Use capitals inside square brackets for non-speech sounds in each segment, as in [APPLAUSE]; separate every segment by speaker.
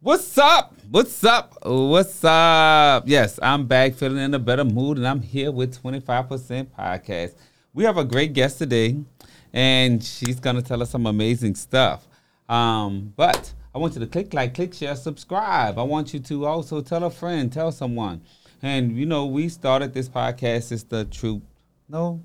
Speaker 1: What's up? What's up? What's up? Yes, I'm back feeling in a better mood and I'm here with 25% Podcast. We have a great guest today and she's going to tell us some amazing stuff. Um, but I want you to click like, click share, subscribe. I want you to also tell a friend, tell someone. And you know, we started this podcast, it's the truth. No,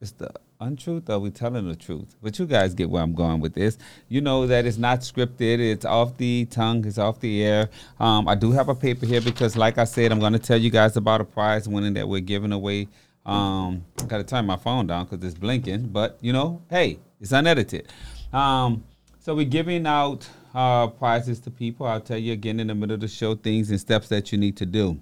Speaker 1: it's the untruth or we telling the truth but you guys get where i'm going with this you know that it's not scripted it's off the tongue it's off the air um, i do have a paper here because like i said i'm going to tell you guys about a prize winning that we're giving away um, i gotta turn my phone down because it's blinking but you know hey it's unedited um, so we're giving out uh, prizes to people i'll tell you again in the middle of the show things and steps that you need to do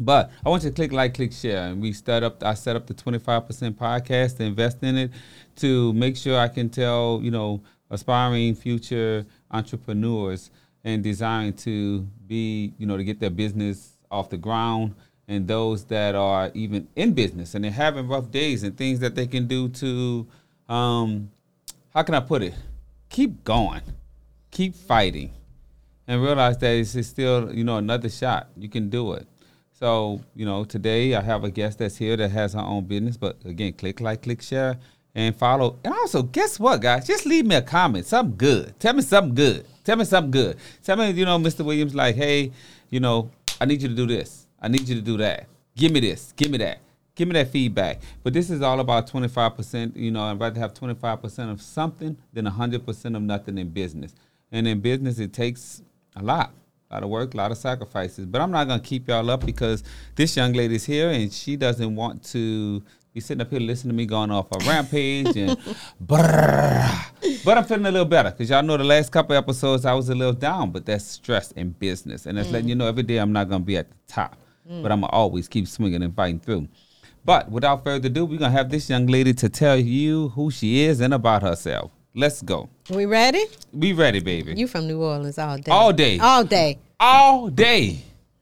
Speaker 1: but I want you to click like, click share, and we set up. I set up the twenty five percent podcast to invest in it to make sure I can tell you know aspiring future entrepreneurs and desiring to be you know to get their business off the ground and those that are even in business and they're having rough days and things that they can do to um, how can I put it? Keep going, keep fighting, and realize that it's it's still you know another shot. You can do it. So, you know, today I have a guest that's here that has her own business. But again, click like, click share, and follow. And also, guess what, guys? Just leave me a comment. Something good. Tell me something good. Tell me something good. Tell me, you know, Mr. Williams, like, hey, you know, I need you to do this. I need you to do that. Give me this. Give me that. Give me that feedback. But this is all about 25%. You know, I'd rather have 25% of something than 100% of nothing in business. And in business, it takes a lot. A lot of work, a lot of sacrifices. But I'm not gonna keep y'all up because this young lady's here and she doesn't want to be sitting up here listening to me going off a rampage and [LAUGHS] brrrr. But I'm feeling a little better because y'all know the last couple episodes I was a little down, but that's stress and business, and that's letting you know every day I'm not gonna be at the top,
Speaker 2: Mm.
Speaker 1: but I'm gonna always keep swinging and fighting through. But without further ado, we're gonna have this young lady to tell you who she is and about herself. Let's go.
Speaker 2: We ready?
Speaker 1: We ready, baby.
Speaker 2: You from New Orleans all day.
Speaker 1: All day.
Speaker 2: All day.
Speaker 1: all day.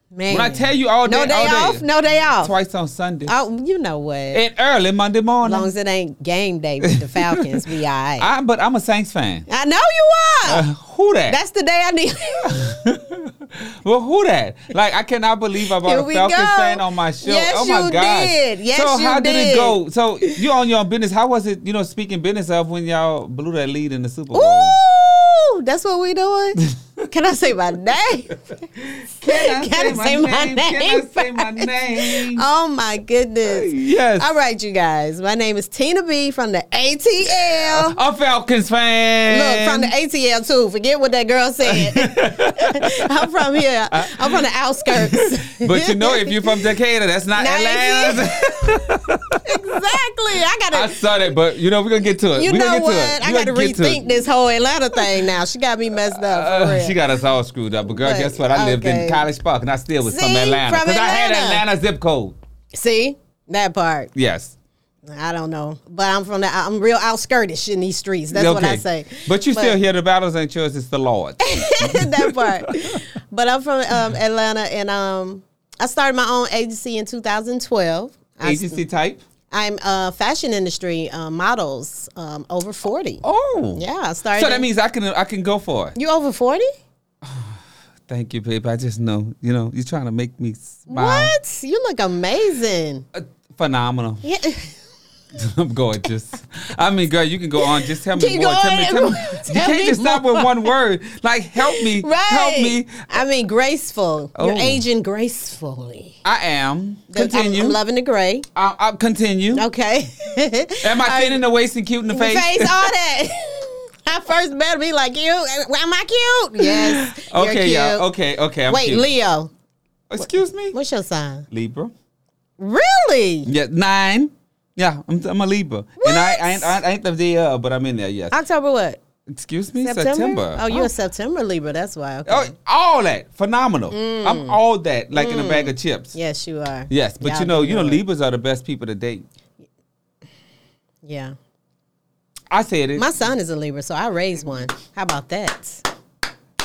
Speaker 2: Man.
Speaker 1: When I tell you all day,
Speaker 2: no day,
Speaker 1: all day,
Speaker 2: off, no day off.
Speaker 1: twice on Sunday
Speaker 2: Oh, you know what?
Speaker 1: and early Monday
Speaker 2: as
Speaker 1: morning.
Speaker 2: long as it ain't game day with the Falcons, we all right.
Speaker 1: [LAUGHS]
Speaker 2: I,
Speaker 1: I, but I'm a Saints fan.
Speaker 2: know you are.
Speaker 1: Uh, who that?
Speaker 2: That's the day I need.
Speaker 1: [LAUGHS]
Speaker 2: [LAUGHS]
Speaker 1: well, who that? Like, I cannot believe I
Speaker 2: Here
Speaker 1: brought a
Speaker 2: we
Speaker 1: Falcons
Speaker 2: go.
Speaker 1: fan on my show.
Speaker 2: Yes,
Speaker 1: oh my
Speaker 2: you
Speaker 1: gosh.
Speaker 2: did. Yes,
Speaker 1: so
Speaker 2: you
Speaker 1: how did it
Speaker 2: did.
Speaker 1: go? So you on your own business? How was it? You know, speaking business of when y'all blew that lead in the Super Bowl.
Speaker 2: Ooh, that's what
Speaker 1: [LAUGHS]
Speaker 2: we doing. Can I say my name? [LAUGHS] Can I say my
Speaker 1: Can I
Speaker 2: name
Speaker 1: say my name?
Speaker 2: Oh my goodness.
Speaker 1: Yes.
Speaker 2: All right, you guys. My name is Tina B from the
Speaker 1: [LAUGHS]
Speaker 2: ATL.
Speaker 1: A Falcons fan.
Speaker 2: Look, from the ATL too. Forget what that
Speaker 1: [LAUGHS]
Speaker 2: girl said. I'm from here. I'm from the outskirts.
Speaker 1: [LAUGHS] But you know, if you're from Decatur, that's not
Speaker 2: Now,
Speaker 1: Atlanta.
Speaker 2: [LAUGHS] exactly, I
Speaker 1: [LAUGHS] I
Speaker 2: gotta.
Speaker 1: saw that, but you know we're gonna get to it.
Speaker 2: you
Speaker 1: we
Speaker 2: know
Speaker 1: gonna get
Speaker 2: what?
Speaker 1: To it.
Speaker 2: I
Speaker 1: We
Speaker 2: gotta
Speaker 1: gonna get to it.
Speaker 2: rethink this whole Atlanta thing now. She got me messed up. For
Speaker 1: Uh,
Speaker 2: real.
Speaker 1: she got us all screwed up, but girl,
Speaker 2: But,
Speaker 1: guess what? I lived in
Speaker 2: okay.
Speaker 1: College Park, and I still was from
Speaker 2: See?
Speaker 1: Atlanta
Speaker 2: From
Speaker 1: because I had
Speaker 2: Atlanta.
Speaker 1: Atlanta zip code.
Speaker 2: See that part?
Speaker 1: Yes,
Speaker 2: I don't know, but I'm from the. I'm real outskirtish in these streets. That's what I
Speaker 1: Okay.
Speaker 2: say.
Speaker 1: But you still hear the battles ain't yours; it's the
Speaker 2: [LAUGHS]
Speaker 1: Lord.
Speaker 2: that
Speaker 1: [LAUGHS]
Speaker 2: part. But I'm from um, Atlanta, and um, I started my own agency in 2012. I
Speaker 1: Agency type.
Speaker 2: I'm uh, fashion industry uh, models um, over 40.
Speaker 1: Oh,
Speaker 2: Yeah, I started.
Speaker 1: So that means I can I can go for it.
Speaker 2: you over 40?
Speaker 1: Thank you, babe. I just know you know you're trying to make me smile.
Speaker 2: What? You look
Speaker 1: [LAUGHS]
Speaker 2: amazing.
Speaker 1: Uh, phenomenal. [LAUGHS]
Speaker 2: Yeah.
Speaker 1: I'm gorgeous. I mean, girl, you can go on. Just tell me
Speaker 2: Keep
Speaker 1: more. Tell
Speaker 2: going.
Speaker 1: me, tell
Speaker 2: [LAUGHS]
Speaker 1: me. You
Speaker 2: Tell
Speaker 1: can't
Speaker 2: me
Speaker 1: just stop
Speaker 2: more.
Speaker 1: with one word. Like, help me.
Speaker 2: [LAUGHS] right.
Speaker 1: Help me.
Speaker 2: I mean, graceful.
Speaker 1: Oh.
Speaker 2: You're aging gracefully.
Speaker 1: I am.
Speaker 2: I'm-
Speaker 1: Continue.
Speaker 2: I'm, loving the gray.
Speaker 1: I'll, I'll continue.
Speaker 2: Okay. [LAUGHS]
Speaker 1: Am I thin in the waist and cute in the
Speaker 2: Your
Speaker 1: face?
Speaker 2: face, all that. [LAUGHS] I first better be like you. Am I cute? Yes. you're
Speaker 1: [LAUGHS] okay,
Speaker 2: cute.
Speaker 1: yeah. Okay, okay. I'm
Speaker 2: Wait,
Speaker 1: cute.
Speaker 2: Leo.
Speaker 1: Excuse me?
Speaker 2: What's your sign?
Speaker 1: Libra.
Speaker 2: Really?
Speaker 1: Yeah, nine. Yeah, I'm, I'm a Libra. And I, I, ain't, I ain't the day of, but I'm in there, yes.
Speaker 2: October what?
Speaker 1: Excuse me?
Speaker 2: September?
Speaker 1: September.
Speaker 2: Oh, you're a September Libra. That's why. Okay.
Speaker 1: Oh, all that. Phenomenal.
Speaker 2: Mm.
Speaker 1: I'm all that, like in a bag of chips.
Speaker 2: Yes, you are.
Speaker 1: Yes, but
Speaker 2: Y'all
Speaker 1: you know,
Speaker 2: do
Speaker 1: you know,
Speaker 2: it.
Speaker 1: Libras are the best people to date.
Speaker 2: Yeah.
Speaker 1: I said it.
Speaker 2: My son is a Libra, so I raised one. How about that?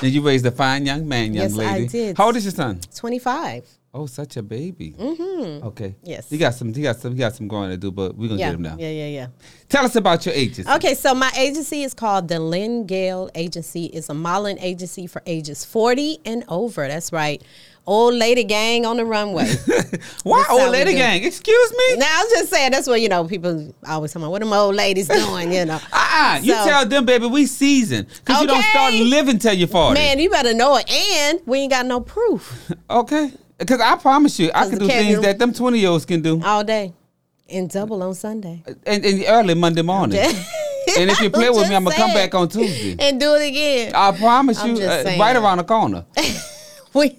Speaker 1: and you raised a fine young man, young
Speaker 2: Yes, I
Speaker 1: lady.
Speaker 2: did.
Speaker 1: How old is your son?
Speaker 2: 25.
Speaker 1: Oh, such a baby. Mm-hmm. Okay.
Speaker 2: Yes.
Speaker 1: He got some. He got some. He got some growing to do, but we're gonna
Speaker 2: Yeah.
Speaker 1: get him now.
Speaker 2: yeah, Oh. yeah, yeah.
Speaker 1: Tell us about your agency.
Speaker 2: Okay, so my agency is called the Lynn Gale Agency. It's a modeling agency for ages 40 and over. That's right. Old lady gang on the
Speaker 1: [LAUGHS]
Speaker 2: runway.
Speaker 1: [LAUGHS] Why
Speaker 2: That's how
Speaker 1: old
Speaker 2: we
Speaker 1: lady
Speaker 2: do.
Speaker 1: gang? Excuse me.
Speaker 2: now, I'm just saying, that's what, you know, people always talking about, what them old
Speaker 1: [LAUGHS]
Speaker 2: ladies doing, you know.
Speaker 1: Ah, uh you
Speaker 2: So-
Speaker 1: tell them, baby, we seasoned because you don't start
Speaker 2: Okay.
Speaker 1: living till you're forty.
Speaker 2: Man, you better know it. And we ain't got no proof
Speaker 1: Okay, because I promise you, I
Speaker 2: 'Cause
Speaker 1: can
Speaker 2: the
Speaker 1: do things
Speaker 2: caveman-
Speaker 1: that them twenty year olds can do,
Speaker 2: all day and double
Speaker 1: [LAUGHS]
Speaker 2: on Sunday.
Speaker 1: and, and early Monday morning. And if you play with
Speaker 2: [LAUGHS]
Speaker 1: me, I'm gonna come back on Tuesday.
Speaker 2: And do it again.
Speaker 1: I promise
Speaker 2: I'm
Speaker 1: you,
Speaker 2: just
Speaker 1: uh,
Speaker 2: saying.
Speaker 1: right around the corner.
Speaker 2: [LAUGHS] we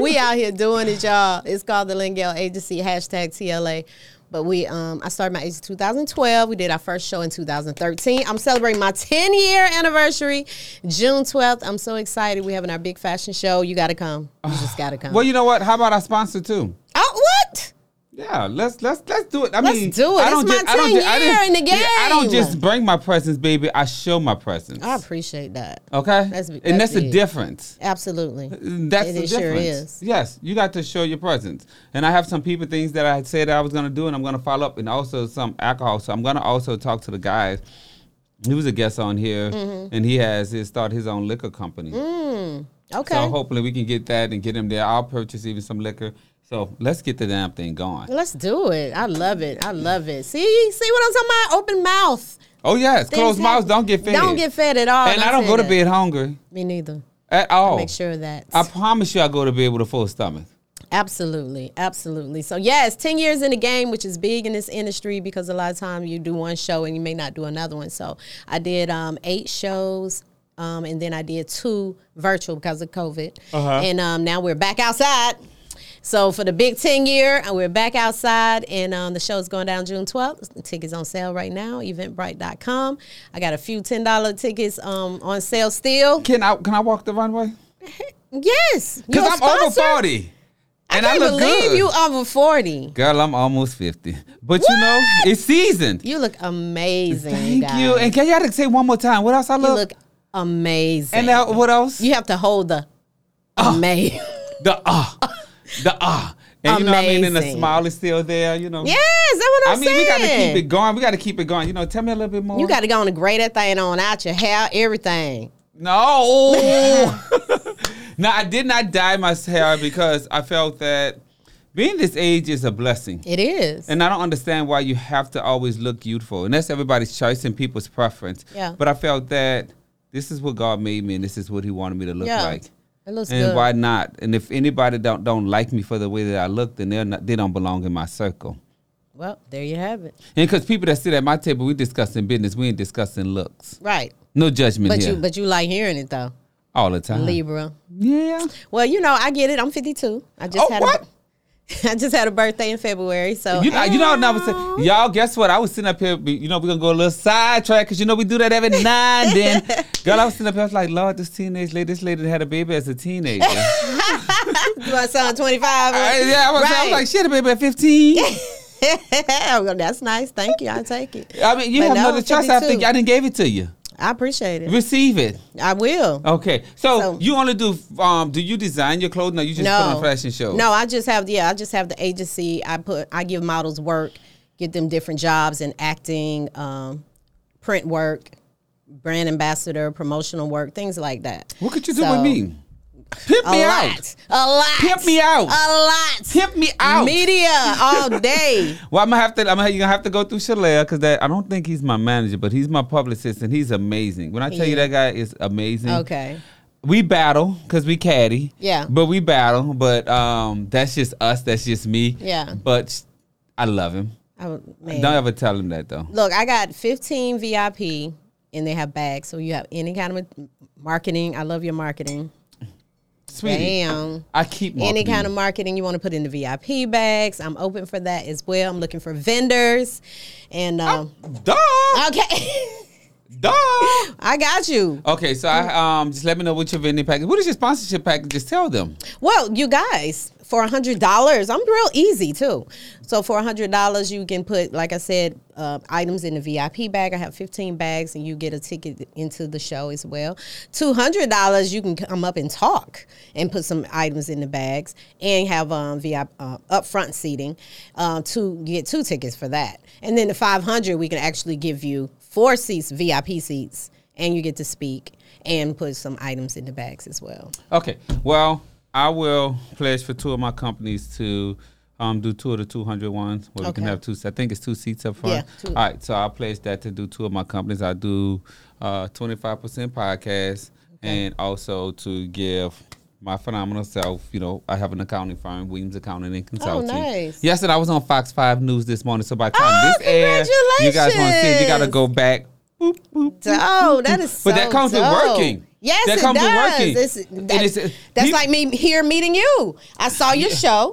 Speaker 2: we out here doing it, y'all. It's called the Lingale Agency hashtag TLA. But we, um, I started my agency 2012. We did our first show in 2013. I'm celebrating my 10 year anniversary, June 12th. I'm so excited. We're having our big fashion show. You gotta come. You just gotta come.
Speaker 1: Well, you know what? How about our sponsor too?
Speaker 2: oh, what?
Speaker 1: Yeah, let's let's let's do it. I
Speaker 2: Let's
Speaker 1: mean,
Speaker 2: do it.
Speaker 1: I don't
Speaker 2: It's my
Speaker 1: ju- I don't
Speaker 2: 10
Speaker 1: ju- I
Speaker 2: year
Speaker 1: didn't-
Speaker 2: in the
Speaker 1: yeah, I don't
Speaker 2: game.
Speaker 1: just bring my presence, baby. I show my presence.
Speaker 2: I appreciate that.
Speaker 1: Okay,
Speaker 2: That's-
Speaker 1: and
Speaker 2: that's
Speaker 1: that's the
Speaker 2: big.
Speaker 1: difference.
Speaker 2: Absolutely.
Speaker 1: That's
Speaker 2: It
Speaker 1: the
Speaker 2: is- sure
Speaker 1: difference.
Speaker 2: is.
Speaker 1: Yes, you got to show your presence. And I have some people things that I said I was gonna do, and I'm gonna follow up, and also some alcohol. So I'm gonna also talk to the guys. He was a guest on here,
Speaker 2: Mm-hmm.
Speaker 1: and he has his start his own liquor company.
Speaker 2: Mm. Okay.
Speaker 1: So hopefully we can get that and get him there. I'll purchase even some liquor. So let's get the damn thing going.
Speaker 2: Let's do it. I love it. I love it. See, see what I'm talking about? Open mouth.
Speaker 1: Oh yes,
Speaker 2: Things
Speaker 1: closed mouths
Speaker 2: happen.
Speaker 1: don't get fed.
Speaker 2: Don't get fed at all.
Speaker 1: And I
Speaker 2: said
Speaker 1: don't go to
Speaker 2: that.
Speaker 1: bed hungry
Speaker 2: Me neither.
Speaker 1: at all.
Speaker 2: Make sure that.
Speaker 1: I promise you, I go to bed with a full stomach.
Speaker 2: Absolutely, absolutely. So yes, ten years in the game, which is big in this industry because a lot of time you do one show and you may not do another one. So I did um, eight shows, um, and then I did two virtual because of COVID,
Speaker 1: Uh-huh.
Speaker 2: and um, now we're back outside. So for the big ten year, uh, we're back outside, and um, the show's going down June twelfth. Tickets on sale right now, Eventbrite.com. I got a few ten dollar tickets um, on sale still.
Speaker 1: Can I can I walk the runway?
Speaker 2: Yes,
Speaker 1: Because I'm over
Speaker 2: sponsor?
Speaker 1: forty, and
Speaker 2: I
Speaker 1: I,
Speaker 2: can't
Speaker 1: look
Speaker 2: believe
Speaker 1: good.
Speaker 2: you over forty.
Speaker 1: Girl, I'm almost fifty, but you know
Speaker 2: What?
Speaker 1: it's seasoned.
Speaker 2: You look amazing.
Speaker 1: Thank
Speaker 2: guys.
Speaker 1: you. And can y'all say one more time what else I
Speaker 2: you
Speaker 1: love?
Speaker 2: look amazing.
Speaker 1: and now what else?
Speaker 2: you have to hold the
Speaker 1: Oh.
Speaker 2: [LAUGHS] amazing.
Speaker 1: The ah, the ah, and you know what I mean. And the
Speaker 2: Amazing.
Speaker 1: smile is still there. You know.
Speaker 2: yes, that's what
Speaker 1: I
Speaker 2: I'm
Speaker 1: mean,
Speaker 2: saying.
Speaker 1: we got to keep it going. We got to keep it going. You know, tell me a little bit more.
Speaker 2: You got to go on and grade that thing on out your hair, everything. [LAUGHS]
Speaker 1: No. no, I did not dye my hair because I felt that being this age is a blessing.
Speaker 2: It is.
Speaker 1: And I don't understand why you have to always look youthful. And that's everybody's choice and people's preference.
Speaker 2: Yeah.
Speaker 1: But I felt that this is what God made me and this is what he wanted me to look
Speaker 2: yeah,
Speaker 1: like.
Speaker 2: it looks
Speaker 1: And
Speaker 2: good.
Speaker 1: why not? And if anybody don't don't like me for the way that I look, then they're not, they don't belong in my circle.
Speaker 2: well, there you have it.
Speaker 1: And because people that sit at my table, we discussing business. We ain't discussing looks.
Speaker 2: Right,
Speaker 1: No judgment
Speaker 2: but
Speaker 1: here.
Speaker 2: you but you like hearing it though,
Speaker 1: all the time.
Speaker 2: Libra.
Speaker 1: Yeah.
Speaker 2: Well, you know, I get it. I'm 52. I just
Speaker 1: Oh,
Speaker 2: had a
Speaker 1: what?
Speaker 2: bir- [LAUGHS] I just had a birthday in February, so
Speaker 1: You know, you know what I was
Speaker 2: [LAUGHS]
Speaker 1: saying? Y'all, guess what? I was sitting up here, be- you know, we're going to go a little sidetrack because, you know, we do that every now and then.
Speaker 2: [LAUGHS]
Speaker 1: Girl, I was sitting up here, I was like, Lord, this teenage lady, this lady had a baby as a
Speaker 2: [LAUGHS]
Speaker 1: teenager. I-
Speaker 2: my son 25. [LAUGHS]
Speaker 1: yeah, I was, I was like, she had a baby at 15.
Speaker 2: Well, Oh, That's nice. Thank you. I take it.
Speaker 1: I mean, you
Speaker 2: But
Speaker 1: have no
Speaker 2: no,
Speaker 1: other choice. I
Speaker 2: 52.
Speaker 1: think I didn't gave it to you.
Speaker 2: I appreciate it.
Speaker 1: Receive it.
Speaker 2: I will.
Speaker 1: Okay. So,
Speaker 2: So-
Speaker 1: you only do, um, do you design your clothing or you just put on fashion shows?
Speaker 2: No, I just have yeah, I just have the agency. I put I give models work, get them different jobs in acting, um, print work, brand ambassador, promotional work, things like that.
Speaker 1: What could you do
Speaker 2: So,
Speaker 1: with me? Pimp
Speaker 2: A
Speaker 1: me
Speaker 2: lot.
Speaker 1: out.
Speaker 2: A lot.
Speaker 1: Pimp me out.
Speaker 2: A lot.
Speaker 1: Pimp me out.
Speaker 2: Media
Speaker 1: [LAUGHS]
Speaker 2: all day.
Speaker 1: Well, I'm gonna have to. I'm gonna, you're gonna have to go through Shalea because that I don't think he's my manager, but he's my publicist, and he's amazing. When I tell you
Speaker 2: Yeah.
Speaker 1: that guy is amazing.
Speaker 2: okay.
Speaker 1: We battle because we caddy.
Speaker 2: Yeah.
Speaker 1: But we battle. But um, that's just us. That's just me.
Speaker 2: Yeah.
Speaker 1: But I love him.
Speaker 2: I would, man.
Speaker 1: Don't ever tell him that though.
Speaker 2: Look, I got 15 VIP and they have bags. So you have any kind of marketing. I love your marketing.
Speaker 1: Sweetie.
Speaker 2: Damn.
Speaker 1: I keep
Speaker 2: Any
Speaker 1: marketing
Speaker 2: kind of
Speaker 1: you.
Speaker 2: marketing you want to put in the VIP bags, I'm open for that as well. I'm looking for vendors, and um,
Speaker 1: Dog.
Speaker 2: okay, [LAUGHS]
Speaker 1: Duh.
Speaker 2: I got you.
Speaker 1: Okay, so I um just let me know what your vending package. What is your sponsorship package? Just tell them.
Speaker 2: Well, you guys, for a hundred dollars, I'm real easy too. So for a hundred dollars, you can put, like I said, uh, items in the VIP bag. I have 15 bags, and you get a ticket into the show as well. Two hundred dollars, you can come up and talk and put some items in the bags and have um, VIP uh, upfront seating. Um, to get two tickets for that, and then the five hundred, we can actually give you four seats, VIP seats, and you get to speak and put some items in the bags as well.
Speaker 1: Okay. Well, I will pledge for two of my companies to um, do two of the 200 ones where we can
Speaker 2: Okay.
Speaker 1: have two. I think it's two seats up
Speaker 2: Yeah,
Speaker 1: front.
Speaker 2: two.
Speaker 1: All right. So I pledge that to do two of my companies. I do uh, 25% podcast and also to give my phenomenal self, you know, I have an accounting firm, Williams Accounting and Consulting.
Speaker 2: Oh, nice.
Speaker 1: Yes, and I was on Fox 5 News this morning. So by the time
Speaker 2: Oh,
Speaker 1: this airs, you guys want to see it, you got to
Speaker 2: congratulations.
Speaker 1: go back. Boop, boop,
Speaker 2: Dope. That is so
Speaker 1: But that comes with
Speaker 2: dope.
Speaker 1: working.
Speaker 2: Yes,
Speaker 1: That
Speaker 2: it
Speaker 1: comes with
Speaker 2: does.
Speaker 1: working.
Speaker 2: It's-
Speaker 1: It
Speaker 2: that-
Speaker 1: is-
Speaker 2: that's
Speaker 1: peop-
Speaker 2: like me here meeting you. I saw
Speaker 1: [LAUGHS]
Speaker 2: your show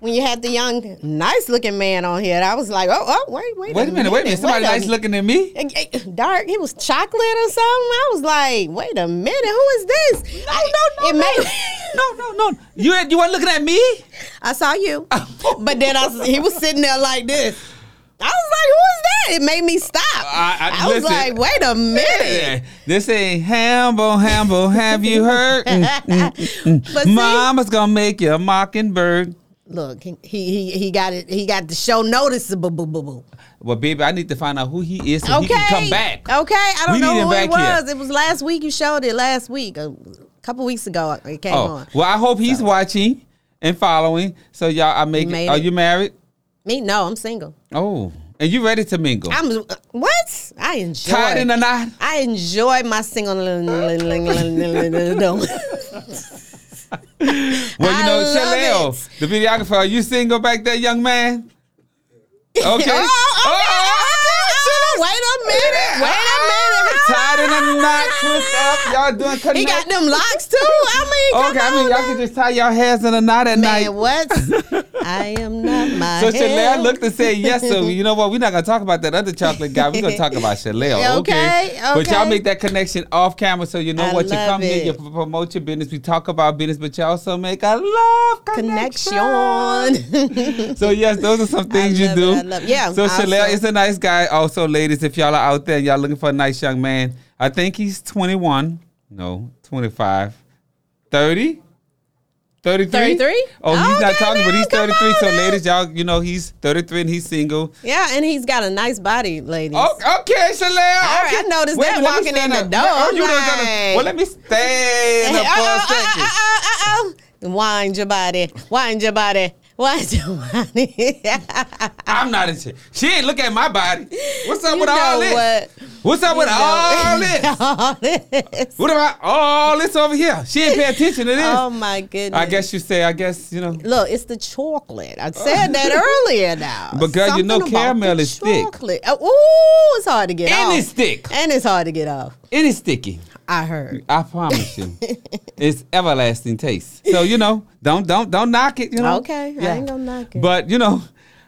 Speaker 2: when you had the young, nice looking man on here. And I was like, oh, oh, wait, wait,
Speaker 1: Wait a minute, wait a minute. Somebody nice looking at me?
Speaker 2: looking. Dark, he was chocolate or something. I was like, wait a minute, who is this? No, no, no.
Speaker 1: [LAUGHS]
Speaker 2: It made,
Speaker 1: No, no, no. You you weren't looking at me?
Speaker 2: I saw you,
Speaker 1: Oh.
Speaker 2: but then I was, he was sitting there like this. I was like, who is that? It made me stop.
Speaker 1: I- I-
Speaker 2: was
Speaker 1: listen.
Speaker 2: like, wait a minute.
Speaker 1: Yeah. This ain't Hambo, Hambo. Have you heard? Mm,
Speaker 2: but [LAUGHS] see,
Speaker 1: Mama's gonna make you a mockingbird.
Speaker 2: look, he he he got it. He got the show noticeable. Boo, boo, boo.
Speaker 1: Well, baby, I need to find out who he is so
Speaker 2: Okay,
Speaker 1: he can come back.
Speaker 2: Okay, I don't
Speaker 1: We need
Speaker 2: know
Speaker 1: him
Speaker 2: who it
Speaker 1: back here.
Speaker 2: was. It was last week. You showed it last week, a couple weeks ago. uh, It came
Speaker 1: Oh,
Speaker 2: on.
Speaker 1: well, I hope he's watching and following. So y'all, I make.
Speaker 2: made
Speaker 1: It. Are
Speaker 2: it.
Speaker 1: you married?
Speaker 2: Me, no, I'm single.
Speaker 1: Oh, and you ready to mingle?
Speaker 2: I'm uh, what? I enjoy.
Speaker 1: tied in a knot.
Speaker 2: I enjoy
Speaker 1: [LAUGHS]
Speaker 2: my single. [LAUGHS]
Speaker 1: Oh, Well, you
Speaker 2: I
Speaker 1: know,
Speaker 2: love
Speaker 1: Shaleo, the videographer, are you single back there, young
Speaker 2: [LAUGHS]
Speaker 1: man? Okay. Oh,
Speaker 2: Oh, okay, okay, Wait a minute. Wait a
Speaker 1: [LAUGHS]
Speaker 2: minute.
Speaker 1: Tied in a knot, twist up. Y'all doing connect.
Speaker 2: He got them locks too. I mean,
Speaker 1: okay,
Speaker 2: come
Speaker 1: I mean,
Speaker 2: on
Speaker 1: y'all
Speaker 2: now.
Speaker 1: can just tie y'all hands in a knot at
Speaker 2: Man,
Speaker 1: night. [LAUGHS]
Speaker 2: what? I am not my.
Speaker 1: So
Speaker 2: hair.
Speaker 1: Shalea looked and said yes.
Speaker 2: [LAUGHS]
Speaker 1: So you know what? We're not gonna talk about that other chocolate guy. We're gonna talk about Shalea.
Speaker 2: [LAUGHS] Okay,
Speaker 1: But y'all
Speaker 2: okay.
Speaker 1: make that connection off camera. So you know
Speaker 2: I
Speaker 1: what? You
Speaker 2: love
Speaker 1: come here, you
Speaker 2: it.
Speaker 1: p- promote your business. We talk about business, but y'all also make a love connection.
Speaker 2: connection.
Speaker 1: So yes, those are some things you
Speaker 2: love
Speaker 1: do.
Speaker 2: it, I love- yeah,
Speaker 1: So
Speaker 2: also-
Speaker 1: Shalea is a nice guy. Also, ladies, if y'all are out there and y'all looking for a nice young man, I think he's 21. No, 25. 30? 33?
Speaker 2: 33?
Speaker 1: Oh, he's not
Speaker 2: Okay,
Speaker 1: talking, but
Speaker 2: now,
Speaker 1: he's
Speaker 2: come
Speaker 1: 33.
Speaker 2: on
Speaker 1: So,
Speaker 2: now.
Speaker 1: ladies, y'all, you know, he's 33 and he's single.
Speaker 2: [LAUGHS] yeah, and he's got a nice body, ladies.
Speaker 1: Oh, okay, Shalea.
Speaker 2: All right,
Speaker 1: okay.
Speaker 2: I noticed
Speaker 1: Wait a minute, let
Speaker 2: that
Speaker 1: me
Speaker 2: walking in
Speaker 1: stand
Speaker 2: the
Speaker 1: up.
Speaker 2: door.
Speaker 1: Well,
Speaker 2: I'm
Speaker 1: you done done a-
Speaker 2: like-
Speaker 1: well, let me stand
Speaker 2: [LAUGHS] Hey,
Speaker 1: up for a
Speaker 2: oh, oh, oh,
Speaker 1: second.
Speaker 2: oh, oh, oh, oh. [LAUGHS] Wind your body, wind your body, wind your body. [LAUGHS]
Speaker 1: I'm not in shit. She ain't look at my body. What's up
Speaker 2: You
Speaker 1: with all
Speaker 2: know
Speaker 1: this?
Speaker 2: what?
Speaker 1: What's up with
Speaker 2: You know- [LAUGHS]
Speaker 1: all this?
Speaker 2: all this.
Speaker 1: What about all this over here? She ain't pay attention to this.
Speaker 2: Oh my goodness!
Speaker 1: I guess you say, I guess, you know.
Speaker 2: Look, it's the chocolate. I
Speaker 1: [LAUGHS]
Speaker 2: said that earlier now.
Speaker 1: But girl, you know
Speaker 2: Something about
Speaker 1: caramel
Speaker 2: the
Speaker 1: is thick.
Speaker 2: Chocolate. Oh, ooh, it's hard to get off.
Speaker 1: And it's thick.
Speaker 2: And it's hard to get off.
Speaker 1: It is sticky.
Speaker 2: I heard.
Speaker 1: I promise
Speaker 2: [LAUGHS]
Speaker 1: you. it's everlasting taste. So, you know, don't don't don't knock it, you know.
Speaker 2: Okay, I ain't gonna knock it.
Speaker 1: But you know,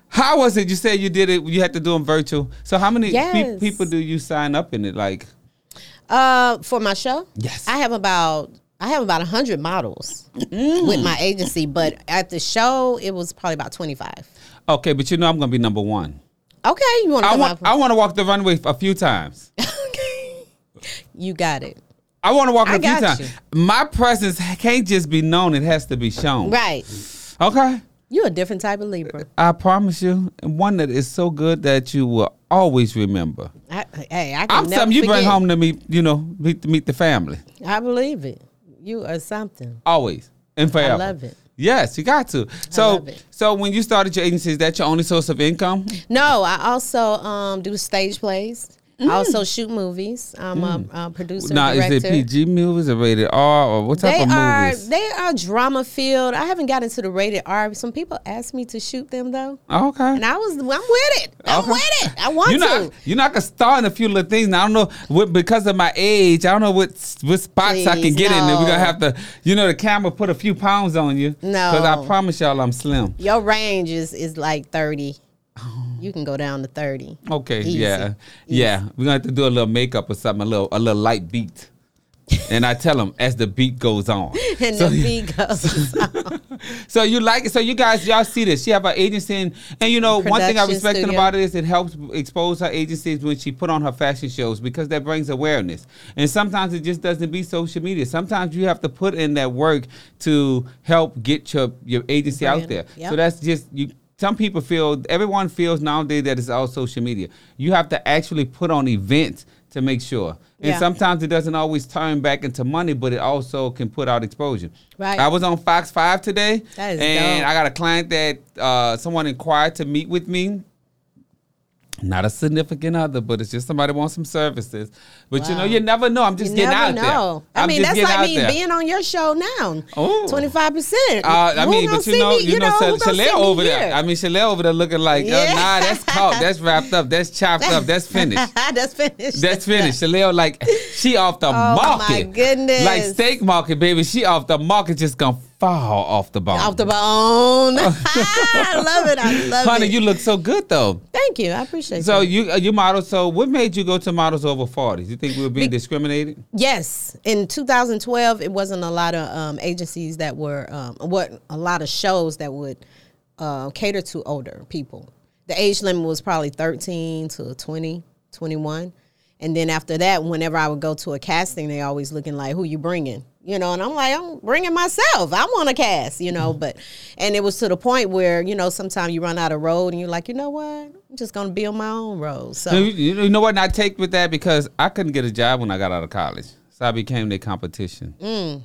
Speaker 1: how was it? You said you did it you had to do them virtual. So how many pe-
Speaker 2: Yes.
Speaker 1: people do you sign up in it? Like
Speaker 2: Uh, for my show,
Speaker 1: Yes.
Speaker 2: I have about I have about hundred models with my agency, but at the show it was probably about twenty five.
Speaker 1: okay, but you know I'm gonna be number one.
Speaker 2: Okay, you want to
Speaker 1: I
Speaker 2: come
Speaker 1: want
Speaker 2: out?
Speaker 1: I wanna walk the runway a few times.
Speaker 2: [LAUGHS] okay, you got it
Speaker 1: I wanna walk it
Speaker 2: I
Speaker 1: a few
Speaker 2: got
Speaker 1: times.
Speaker 2: you.
Speaker 1: My presence can't just be known, it has to be shown.
Speaker 2: right.
Speaker 1: Okay.
Speaker 2: You a different type of Libra.
Speaker 1: I promise you, one that is so good that you will always remember.
Speaker 2: I, hey, I can
Speaker 1: I'm
Speaker 2: never
Speaker 1: something you bring
Speaker 2: forget.
Speaker 1: home to me, you know, meet, meet the family.
Speaker 2: I believe it. You are something.
Speaker 1: Always and forever.
Speaker 2: love it.
Speaker 1: Yes, you got to. So,
Speaker 2: love it.
Speaker 1: so when you started your agency, is that your only source of income?
Speaker 2: No, I also um, do stage plays. I also shoot movies. I'm a, uh producer.
Speaker 1: Now, Mm. is
Speaker 2: director.
Speaker 1: it PG movies or rated R or what type
Speaker 2: They
Speaker 1: of
Speaker 2: are
Speaker 1: movies?
Speaker 2: they are drama filled. I haven't gotten to the rated R. Some people ask me to shoot them though,
Speaker 1: okay.
Speaker 2: and I was I'm with it. I'm
Speaker 1: Okay.
Speaker 2: with it. I want
Speaker 1: you know,
Speaker 2: to.
Speaker 1: you know, I can star in a few little things. Now, I don't know what, because of my age. I don't know what s- what spots I can
Speaker 2: Please,
Speaker 1: get in. there. We're gonna
Speaker 2: no.
Speaker 1: have to, you know, the camera put a few pounds on you.
Speaker 2: No.
Speaker 1: because I promise y'all, I'm slim.
Speaker 2: Your range is is like thirty. you can go down to 30.
Speaker 1: Okay,
Speaker 2: Easy.
Speaker 1: yeah, yeah. We're gonna have to do a little makeup or something, a little, a little light beat. and I tell them as the beat goes
Speaker 2: [LAUGHS]
Speaker 1: on.
Speaker 2: [LAUGHS] And
Speaker 1: so,
Speaker 2: the fee
Speaker 1: [LAUGHS]
Speaker 2: goes.
Speaker 1: so you like it. So you guys, y'all see this. She have her agency, and, and you know one thing I
Speaker 2: Production
Speaker 1: respect
Speaker 2: studio.
Speaker 1: about it is it helps expose her agencies when she put on her fashion shows because that brings awareness. And sometimes it just doesn't be social media. Sometimes you have to put in that work to help get your your agency out
Speaker 2: Brand.
Speaker 1: there.
Speaker 2: Yep.
Speaker 1: So that's just you. Some people feel everyone feels nowadays that it's all social media. You have to actually put on events to make sure. And
Speaker 2: Yeah.
Speaker 1: sometimes it doesn't always turn back into money, but it also can put out exposure.
Speaker 2: Right.
Speaker 1: I was on Fox Five today,
Speaker 2: That is
Speaker 1: and
Speaker 2: dope.
Speaker 1: I got a client that uh, someone inquired to meet with me. Not a significant other, but it's just somebody wants some services. But you know,
Speaker 2: Wow.
Speaker 1: you never know. I'm just
Speaker 2: You
Speaker 1: getting
Speaker 2: never
Speaker 1: out
Speaker 2: know.
Speaker 1: there.
Speaker 2: I
Speaker 1: I'm
Speaker 2: mean,
Speaker 1: just
Speaker 2: that's
Speaker 1: getting
Speaker 2: like
Speaker 1: out
Speaker 2: me
Speaker 1: there.
Speaker 2: being on your show now.
Speaker 1: Oh.
Speaker 2: Twenty five percent.
Speaker 1: Uh, I mean, but you know, you know, Chal- Chalelle over there. I mean, Chalelle over there looking like, uh,
Speaker 2: Yeah.
Speaker 1: nah, that's caught, that's wrapped up, that's chopped up, that's finished.
Speaker 2: [LAUGHS] that's finished.
Speaker 1: That's finished. Chalelle, like, she off
Speaker 2: [LAUGHS]
Speaker 1: the
Speaker 2: Oh, my
Speaker 1: market.
Speaker 2: goodness.
Speaker 1: Like steak market, baby. She off the market, just gonna fall off the bone.
Speaker 2: Off
Speaker 1: [LAUGHS]
Speaker 2: the bone. [LAUGHS] I love it. I love
Speaker 1: Honey,
Speaker 2: it.
Speaker 1: you look so good though.
Speaker 2: Thank you. I appreciate
Speaker 1: So
Speaker 2: that.
Speaker 1: you uh, you model. So what made you go to models over forties? You think we were being discriminated?
Speaker 2: Yes, in 2012, it wasn't a lot of um, agencies that were um, what a lot of shows that would uh, cater to older people. The age limit was probably 13 to 20, 21. And then after that, whenever I would go to a casting, they always looking like, "Who you bringing?" You know, and I'm like, "I'm bringing myself. I want to cast." You know, but and it was to the point where you know sometimes you run out of road and you're like, "You know what? I'm just gonna be on my own road." So
Speaker 1: You, you- you know what? And I take with that because I couldn't get a job when I got out of college, so I became their competition.
Speaker 2: Mm.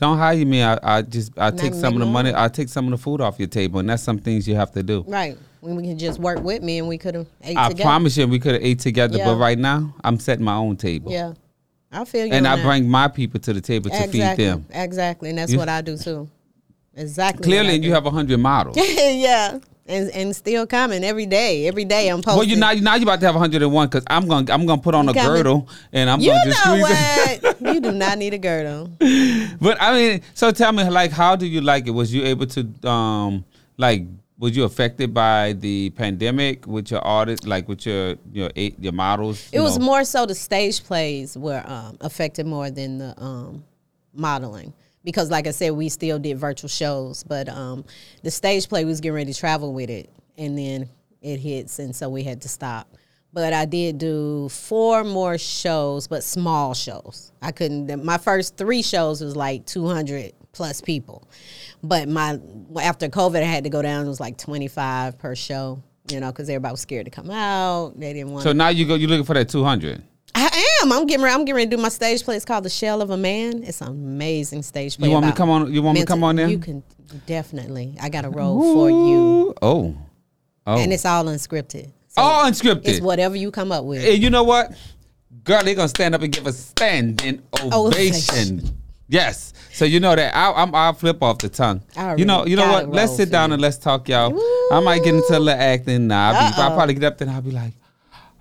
Speaker 1: Don't hire me. I, I just I take some of the
Speaker 2: make
Speaker 1: money. I take some of the food off your table, and that's some things you have to do.
Speaker 2: Right. When we can just work with me and we could have ate
Speaker 1: I
Speaker 2: together.
Speaker 1: promise you, we could have ate together,
Speaker 2: Yeah.
Speaker 1: but right now I'm setting my own table,
Speaker 2: Yeah. I feel you.
Speaker 1: and
Speaker 2: on
Speaker 1: I
Speaker 2: that.
Speaker 1: bring my people to the table to
Speaker 2: exactly.
Speaker 1: feed them.
Speaker 2: Exactly. And that's
Speaker 1: You-
Speaker 2: what I do too. Exactly.
Speaker 1: Clearly, you have hundred models.
Speaker 2: have [LAUGHS] Yeah. And and still coming every day. Every day I'm posting.
Speaker 1: Well, you now now you about to have 101 because I'm gonna I'm gonna put on a
Speaker 2: coming.
Speaker 1: girdle and I'm
Speaker 2: You
Speaker 1: gonna just
Speaker 2: know
Speaker 1: squeeze it. [LAUGHS]
Speaker 2: what? you do not need a girdle.
Speaker 1: But I mean, so tell me, like, how do you like it? Was you able to, um, like, was you affected by the pandemic with your audit, like with your your eight your models?
Speaker 2: It
Speaker 1: you
Speaker 2: was
Speaker 1: know?
Speaker 2: more so the stage plays were um, affected more than the um, modeling because, like I said, we still did virtual shows, but um, the stage play was getting ready to travel with it, and then it hits, and so we had to stop. But I did do four more shows, but small shows. I couldn't. My first three shows was like two hundred plus people, but my after COVID, I had to go down. It was like twenty five per show. You know, because everybody was scared to come out. They didn't want.
Speaker 1: So now you go, you're looking for that 200.
Speaker 2: I am. I'm getting ready. I'm getting ready to do my stage play. It's called The Shell of a Man. It's an amazing stage play.
Speaker 1: You want me to
Speaker 2: about
Speaker 1: come on- you want me to
Speaker 2: mental-
Speaker 1: come on there?
Speaker 2: You can definitely. I got a role for you,
Speaker 1: Ooh, Oh, oh,
Speaker 2: and it's all unscripted. So
Speaker 1: all unscripted.
Speaker 2: it's whatever you come up with.
Speaker 1: And you know what? Girl, they're gonna stand up and give a standing
Speaker 2: Oh, [LAUGHS]
Speaker 1: ovation.
Speaker 2: Ovation.
Speaker 1: Yes. So you know that I, I'm I'll flip off the tongue.
Speaker 2: I
Speaker 1: You know,
Speaker 2: already
Speaker 1: you know
Speaker 2: got
Speaker 1: what?
Speaker 2: a
Speaker 1: Let's
Speaker 2: role
Speaker 1: sit
Speaker 2: for
Speaker 1: down
Speaker 2: you.
Speaker 1: and let's talk, y'all. I might get into a little acting. Nah, I'll, be, I'll
Speaker 2: Uh-oh.
Speaker 1: probably get up there and I'll be like,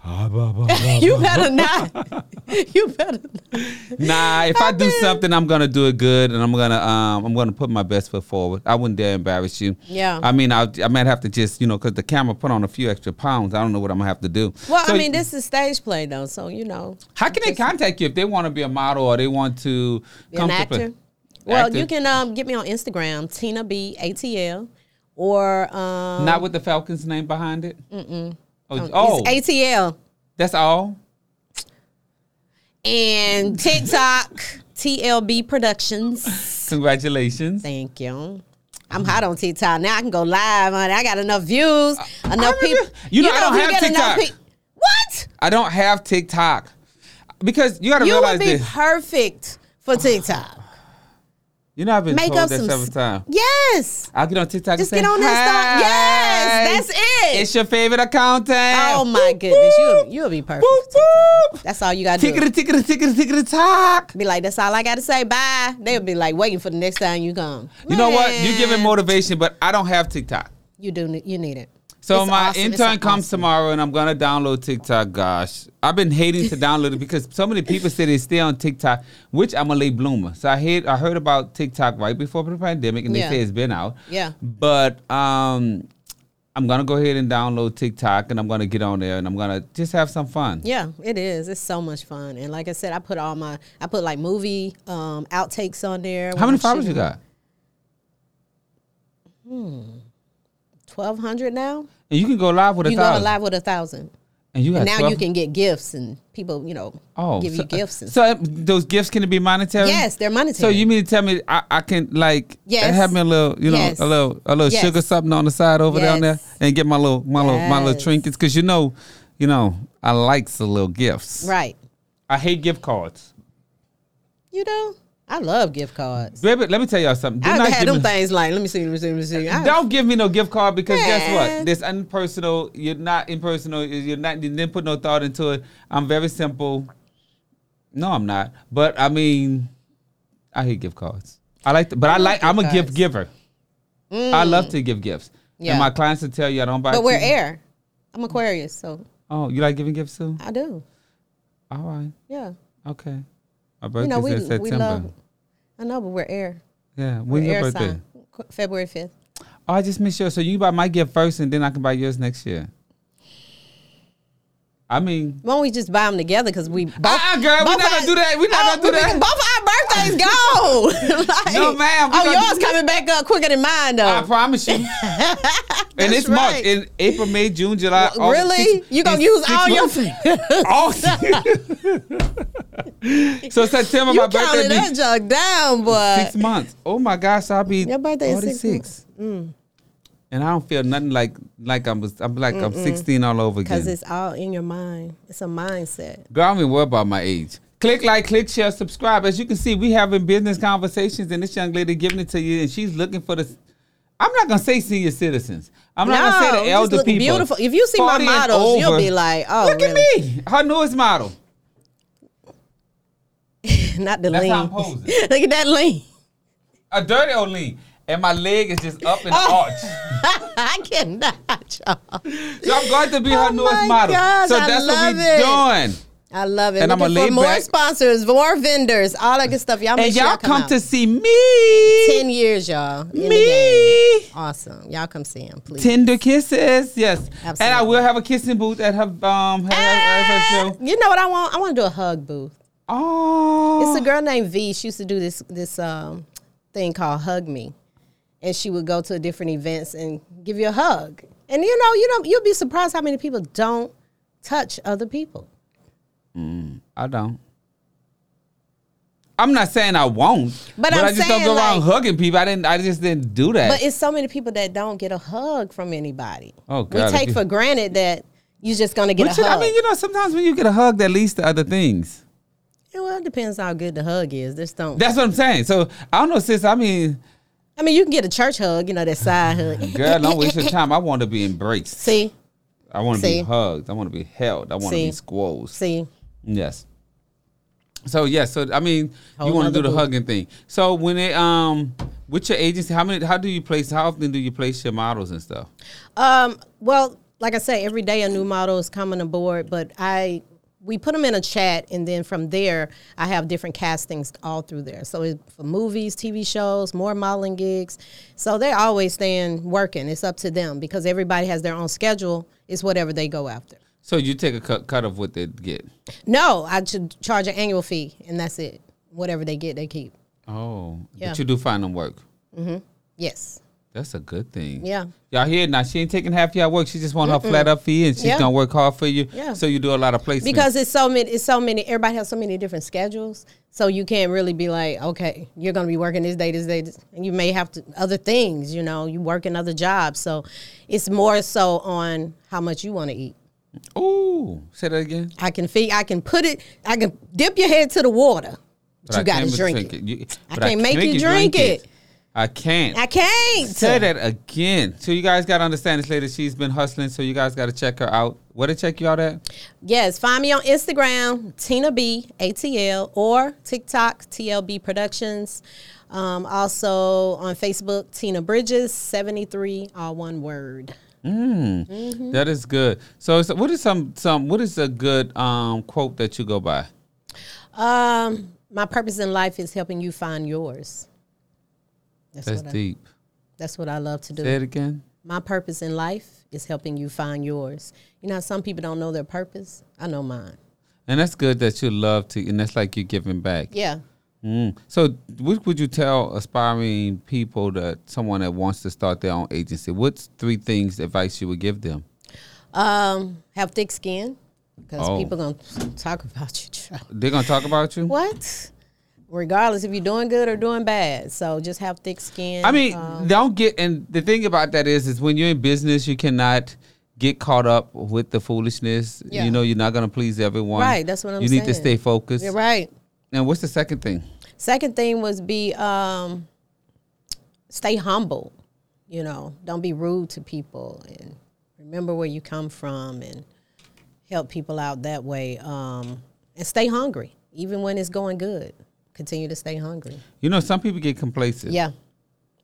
Speaker 1: ah, blah, blah,
Speaker 2: [LAUGHS]
Speaker 1: blah.
Speaker 2: you better not. [LAUGHS] you better. Not.
Speaker 1: nah. If I do something, I'm gonna do it good, and I'm gonna um I'm gonna put my best foot forward. I wouldn't dare embarrass you.
Speaker 2: Yeah.
Speaker 1: I mean, I I might have to just you know because the camera put on a few extra pounds. I don't know what I'm gonna have to do.
Speaker 2: Well,
Speaker 1: So-
Speaker 2: I mean, this is stage play though, so you know.
Speaker 1: How can they contact you if they want to be a model or they want to
Speaker 2: Be an
Speaker 1: to play-
Speaker 2: actor. Well,
Speaker 1: Actor?
Speaker 2: you can um, get me on Instagram, Tina B A T L, or um,
Speaker 1: Not with the Falcons name behind it. Mm-mm. Oh,
Speaker 2: it's
Speaker 1: oh,
Speaker 2: ATL.
Speaker 1: that's all.
Speaker 2: and TikTok, TLB Productions.
Speaker 1: Congratulations.
Speaker 2: Thank you. I'm hot on TikTok now. I can go live on it. I got enough views, enough
Speaker 1: remember-
Speaker 2: people.
Speaker 1: you know, I don't
Speaker 2: if
Speaker 1: have
Speaker 2: get enough
Speaker 1: TikTok.
Speaker 2: pe- what?
Speaker 1: I don't have TikTok because you got to
Speaker 2: You
Speaker 1: realize
Speaker 2: would be
Speaker 1: this.
Speaker 2: perfect for TikTok.
Speaker 1: You know I've been
Speaker 2: Make
Speaker 1: told
Speaker 2: up
Speaker 1: that
Speaker 2: some.
Speaker 1: several times.
Speaker 2: Yes.
Speaker 1: I'll get on TikTok.
Speaker 2: Just
Speaker 1: and
Speaker 2: get
Speaker 1: say,
Speaker 2: on there and start-
Speaker 1: Hi,
Speaker 2: Yes, that's it."
Speaker 1: It's your favorite accountant.
Speaker 2: Oh my
Speaker 1: Whoop,
Speaker 2: goodness, you
Speaker 1: whoop,
Speaker 2: you'll be perfect.
Speaker 1: Whoop whoop.
Speaker 2: That's all you got to do.
Speaker 1: Tickety tickety tickety tickety tock.
Speaker 2: Be like, that's all I got to say. Bye. They'll be like waiting for the next time you come.
Speaker 1: You know what? You're giving
Speaker 2: Man,
Speaker 1: motivation, but I don't have TikTok.
Speaker 2: You do. ne- You need it.
Speaker 1: So
Speaker 2: It's
Speaker 1: my
Speaker 2: awesome. It's
Speaker 1: intern comes
Speaker 2: awesome.
Speaker 1: tomorrow, and I'm gonna download TikTok. Gosh, I've been hating to download it because so many people say they stay on TikTok, which I'm a late bloomer. So I heard I heard about TikTok right before the pandemic, and
Speaker 2: Yeah.
Speaker 1: they say it's been out.
Speaker 2: Yeah.
Speaker 1: But um, I'm gonna go ahead and download TikTok and I'm gonna get on there and I'm gonna just have some fun.
Speaker 2: Yeah, it is. It's so much fun. And like I said, I put all my I put like movie um outtakes on there.
Speaker 1: How many followers you got?
Speaker 2: Twelve hundred now.
Speaker 1: And you can go live with a
Speaker 2: You go
Speaker 1: thousand.
Speaker 2: live with a thousand.
Speaker 1: and you got
Speaker 2: And now
Speaker 1: 12
Speaker 2: you can get gifts and people, you know, give you
Speaker 1: Oh, so, uh,
Speaker 2: gifts and
Speaker 1: so those gifts can be monetary.
Speaker 2: Yes, they're monetary.
Speaker 1: So you mean to tell me I, I can like
Speaker 2: Yes.
Speaker 1: have me a little you know
Speaker 2: Yes.
Speaker 1: a little a little
Speaker 2: Yes.
Speaker 1: sugar something on the side over down there
Speaker 2: Yes.
Speaker 1: and get my little my little my little
Speaker 2: Yes.
Speaker 1: trinkets because you know you know I like the little gifts.
Speaker 2: Right.
Speaker 1: I hate gift cards.
Speaker 2: You know? I love gift cards.
Speaker 1: Baby, let me tell y'all something. Do
Speaker 2: I
Speaker 1: not
Speaker 2: had
Speaker 1: give
Speaker 2: them
Speaker 1: me-
Speaker 2: things like, let me see, let me see, let me see. I-
Speaker 1: Don't give me no gift card because guess
Speaker 2: Man.
Speaker 1: what? This unpersonal. You're not impersonal. You're not. You didn't put no thought into it. I'm very simple. No, I'm not. But I mean, I hate gift cards. I like, to, but I, like.
Speaker 2: gift
Speaker 1: I'm a gift
Speaker 2: cards. Mm.
Speaker 1: giver. I love to give gifts.
Speaker 2: Yeah.
Speaker 1: And my clients will tell you I don't buy.
Speaker 2: but we're
Speaker 1: too-
Speaker 2: air. I'm Aquarius, so
Speaker 1: Oh, you like giving gifts too?
Speaker 2: I do.
Speaker 1: All right.
Speaker 2: Yeah.
Speaker 1: Okay. My
Speaker 2: You
Speaker 1: birthday's
Speaker 2: know, we
Speaker 1: in September.
Speaker 2: we love I know, but we're air.
Speaker 1: yeah. When's
Speaker 2: We're
Speaker 1: your
Speaker 2: air
Speaker 1: birthday?
Speaker 2: sign. Qu- February fifth.
Speaker 1: Oh, I just missed yours. So you buy my gift first, and then I can buy yours next year. I mean,
Speaker 2: Why don't we just buy them together? Because we both.
Speaker 1: Uh-uh, girl, we
Speaker 2: both Oh,
Speaker 1: not gonna do that. We not gonna do
Speaker 2: we- we
Speaker 1: that.
Speaker 2: can- both of our birthdays gone. [LAUGHS]
Speaker 1: [LAUGHS]
Speaker 2: Like,
Speaker 1: No, ma'am, we
Speaker 2: Oh,
Speaker 1: gonna
Speaker 2: yours
Speaker 1: do-
Speaker 2: coming back up quicker than mine, though.
Speaker 1: I promise
Speaker 2: [LAUGHS]
Speaker 1: you. and it's March,
Speaker 2: right.
Speaker 1: in April, May, June, July.
Speaker 2: W-
Speaker 1: August,
Speaker 2: really?
Speaker 1: six-
Speaker 2: You gonna
Speaker 1: it's
Speaker 2: use
Speaker 1: six
Speaker 2: all your
Speaker 1: months. [LAUGHS] all
Speaker 2: [LAUGHS]
Speaker 1: so September,
Speaker 2: you
Speaker 1: my birthday
Speaker 2: counted that
Speaker 1: be
Speaker 2: junk down,
Speaker 1: six
Speaker 2: boy.
Speaker 1: months. Oh my gosh, I'll be
Speaker 2: Your birthday is six Mm.
Speaker 1: 46. And I don't feel nothing like like I'm I'm like I'm 16 all over
Speaker 2: Because
Speaker 1: again.
Speaker 2: it's all in your mind. It's a mindset.
Speaker 1: Girl, I don't even worry about my age. Click like, click share, subscribe. As you can see, we having business conversations, and this young lady giving it to you, and she's looking for the. I'm not gonna say senior citizens. I'm not gonna say
Speaker 2: No,
Speaker 1: the
Speaker 2: you
Speaker 1: elder
Speaker 2: just look
Speaker 1: people.
Speaker 2: beautiful. If you see my
Speaker 1: 40 and
Speaker 2: models, you'll
Speaker 1: over.
Speaker 2: be like, oh,
Speaker 1: look at me, her newest model.
Speaker 2: me. [LAUGHS] Not the
Speaker 1: That's
Speaker 2: lean.
Speaker 1: how I'm posing.
Speaker 2: [LAUGHS] Look at that lean.
Speaker 1: A dirty old lean, and my leg is just
Speaker 2: [LAUGHS]
Speaker 1: up in the
Speaker 2: Oh.
Speaker 1: arch.
Speaker 2: I cannot, y'all.
Speaker 1: So I'm going to be her
Speaker 2: Oh
Speaker 1: newest
Speaker 2: my
Speaker 1: model.
Speaker 2: gosh,
Speaker 1: so
Speaker 2: I
Speaker 1: that's what
Speaker 2: love
Speaker 1: we're
Speaker 2: it.
Speaker 1: doing.
Speaker 2: I love it.
Speaker 1: And I'm a
Speaker 2: Looking for
Speaker 1: laid
Speaker 2: more
Speaker 1: back-
Speaker 2: sponsors, more vendors, all that good stuff. Y'all make
Speaker 1: And
Speaker 2: sure
Speaker 1: y'all come
Speaker 2: out.
Speaker 1: to see me.
Speaker 2: 10 years, y'all. in the game.
Speaker 1: me.
Speaker 2: Awesome. Y'all come see him, please.
Speaker 1: Tender kisses, yes. And I
Speaker 2: Absolutely.
Speaker 1: will have a kissing booth at her um her, her- her
Speaker 2: Ah,
Speaker 1: show.
Speaker 2: you know what I want? I want to do a hug booth.
Speaker 1: Oh,
Speaker 2: It's a girl named V. She used to do this this um, thing called Hug Me, and she would go to different events and give you a hug. And you know, you don't, you'll be surprised how many people don't touch other people.
Speaker 1: I don't. I'm not saying I won't,
Speaker 2: But
Speaker 1: but,
Speaker 2: I'm
Speaker 1: I just don't
Speaker 2: saying,
Speaker 1: go around
Speaker 2: like-
Speaker 1: hugging people. I didn't. I just didn't do that.
Speaker 2: But it's so many people that don't get a hug from anybody.
Speaker 1: Oh, God,
Speaker 2: we take
Speaker 1: if you-
Speaker 2: for granted that you're just gonna get
Speaker 1: But
Speaker 2: a
Speaker 1: you-
Speaker 2: hug.
Speaker 1: I mean, you know, sometimes when you get a hug, that leads to other things.
Speaker 2: Yeah, well, it depends how good the hug is. Just don't.
Speaker 1: That's what I'm saying. So I don't know, sis. I mean,
Speaker 2: I mean, you can get a church hug, you know, that side
Speaker 1: [LAUGHS]
Speaker 2: hug.
Speaker 1: girl, don't waste your time. I want to be embraced.
Speaker 2: See,
Speaker 1: I want to be
Speaker 2: See?
Speaker 1: hugged. I want to be held. I want to
Speaker 2: See?
Speaker 1: be squoze.
Speaker 2: see,
Speaker 1: Yes. So yeah, so I mean,
Speaker 2: Whole
Speaker 1: you want to do the
Speaker 2: nother booth.
Speaker 1: hugging thing. So when it um with your agency, how many how do you place how often do you place your models and stuff?
Speaker 2: um, well, like I say, every day a new model is coming aboard, but I we put them in a chat, and then from there, I have different castings all through there. So it, for movies, TV shows, more modeling gigs, so they're always staying working. It's up to them because everybody has their own schedule. It's whatever they go after.
Speaker 1: So you take a cut, cut of what they get.
Speaker 2: No, I should charge an annual fee, and that's it. Whatever they get, they keep.
Speaker 1: Oh,
Speaker 2: Yeah.
Speaker 1: but you do find them work.
Speaker 2: Yes.
Speaker 1: That's a good thing.
Speaker 2: Yeah.
Speaker 1: Y'all hear it now? She ain't taking half y'all work. She just want her flat up fee, and she's
Speaker 2: Yeah.
Speaker 1: gonna work hard for you.
Speaker 2: Yeah.
Speaker 1: So you do a lot of placements.
Speaker 2: because it's so many it's so many everybody has so many different schedules so you can't really be like okay you're going to be working this day this day this, and you may have to other things you know you work another job so it's more so on how much you want to eat
Speaker 1: ooh, say that again.
Speaker 2: i can feed i can put it i can dip your head to the water but, you
Speaker 1: I
Speaker 2: got
Speaker 1: can't
Speaker 2: to drink
Speaker 1: drink
Speaker 2: it,
Speaker 1: You-
Speaker 2: I
Speaker 1: but
Speaker 2: can't make
Speaker 1: drink
Speaker 2: you drink it.
Speaker 1: I can't.
Speaker 2: i can't
Speaker 1: Say that again. So you guys gotta understand this lady. She's been hustling. So you guys gotta check her out. Where to check you out at?
Speaker 2: Yes, find me on Instagram, Tina B ATL, or TikTok, TLB Productions. Um, also on Facebook, Tina Bridges, 73, all one word. Mm-hmm.
Speaker 1: That is good. So, so what is some some what is a good um quote that you go by?
Speaker 2: Um, my purpose in life is helping you find yours. That's,
Speaker 1: That's
Speaker 2: what I,
Speaker 1: deep.
Speaker 2: that's what I love to do.
Speaker 1: Say it again.
Speaker 2: my purpose in life is helping you find yours. You know, how some people don't know their purpose. I know mine.
Speaker 1: And that's good that you love to, and that's like you giving back.
Speaker 2: Yeah.
Speaker 1: Mm. So, what would you tell aspiring people that someone that wants to start their own agency? What's three things advice you would give them?
Speaker 2: Um, have thick skin because
Speaker 1: Oh.
Speaker 2: people gonna talk about you. child.
Speaker 1: They're gonna talk about you.
Speaker 2: What? Regardless if you're doing good or doing bad, so just have thick skin.
Speaker 1: I mean,
Speaker 2: Um,
Speaker 1: don't get. And the thing about that is, is when you're in business, you cannot get caught up with the foolishness.
Speaker 2: Yeah.
Speaker 1: You know, you're not gonna please everyone.
Speaker 2: Right, that's what I'm
Speaker 1: You need to
Speaker 2: saying.
Speaker 1: stay focused.
Speaker 2: you're right.
Speaker 1: And what's the second thing?
Speaker 2: Second thing was be um, stay humble. You know, don't be rude to people, and remember where you come from, and help people out that way. Um, and stay hungry, even when it's going good. Continue to stay hungry.
Speaker 1: You know, some people get complacent.
Speaker 2: Yeah,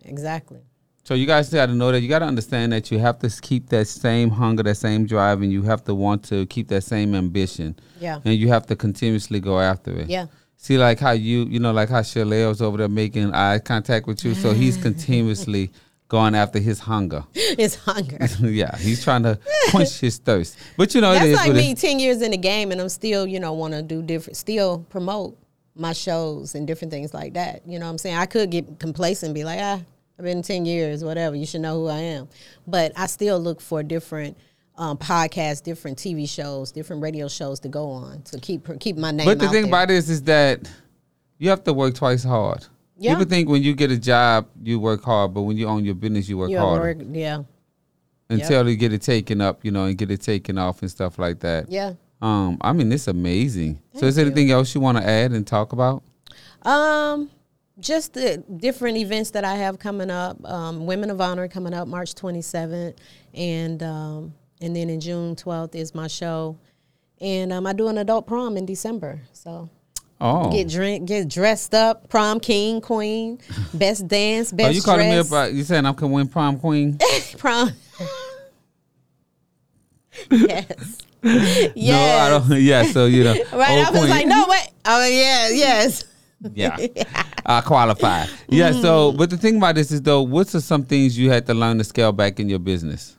Speaker 2: exactly. [LAUGHS]
Speaker 1: So you guys got to know that you got to understand that you have to s- keep that same hunger, that same drive, and you have to want to keep that same ambition.
Speaker 2: Yeah.
Speaker 1: And you have to continuously go after it.
Speaker 2: Yeah.
Speaker 1: See, like how you, you know, like how Shaleo's over there making eye contact with you, so
Speaker 2: [LAUGHS]
Speaker 1: he's continuously going after his hunger.
Speaker 2: It's hunger.
Speaker 1: [LAUGHS] yeah, he's trying to
Speaker 2: [LAUGHS]
Speaker 1: quench his thirst. But you know, it
Speaker 2: That's
Speaker 1: is
Speaker 2: like
Speaker 1: what it-
Speaker 2: me, ten years in the game, and I'm still, you know, want to do different, still promote my shows and different things like that. You know, what I'm saying I could get complacent, and be like, ah, I've been ten years, whatever. You should know who I am, but I still look for different um, podcasts, different TV shows, different radio shows to go on to keep keep my name.
Speaker 1: But the
Speaker 2: out
Speaker 1: thing
Speaker 2: there.
Speaker 1: about it is, is that you have to work twice hard.
Speaker 2: Yeah.
Speaker 1: People think when you get a job, you work hard, but when you own your business, you work
Speaker 2: yeah,
Speaker 1: harder.
Speaker 2: work- yeah,
Speaker 1: until they get it taken up, you know, and get it taken off and stuff like that.
Speaker 2: yeah.
Speaker 1: Um, I mean, it's amazing. so, is there anything else you want to add and talk about?
Speaker 2: Um, just the different events that I have coming up. Um, Women of Honor coming up March 27th, and um, and then in June 12th is my show, and um, I do an adult prom in December. So
Speaker 1: Oh,
Speaker 2: get drink, get dressed up, prom king, queen, best dance, best
Speaker 1: are Oh, you calling me
Speaker 2: dress,
Speaker 1: about? You saying I can win prom
Speaker 2: [LAUGHS]
Speaker 1: queen? [LAUGHS]
Speaker 2: prom. yes. yes.
Speaker 1: No, I don't. [LAUGHS] Yeah, so you know,
Speaker 2: Right,
Speaker 1: old
Speaker 2: I was
Speaker 1: queen.
Speaker 2: like, no, wait. Oh, yeah, yes.
Speaker 1: [LAUGHS] yeah, I qualify. Yeah, so
Speaker 2: Mm-hmm.
Speaker 1: but the thing about this is though, what's the- some things you had to learn to scale back in your business?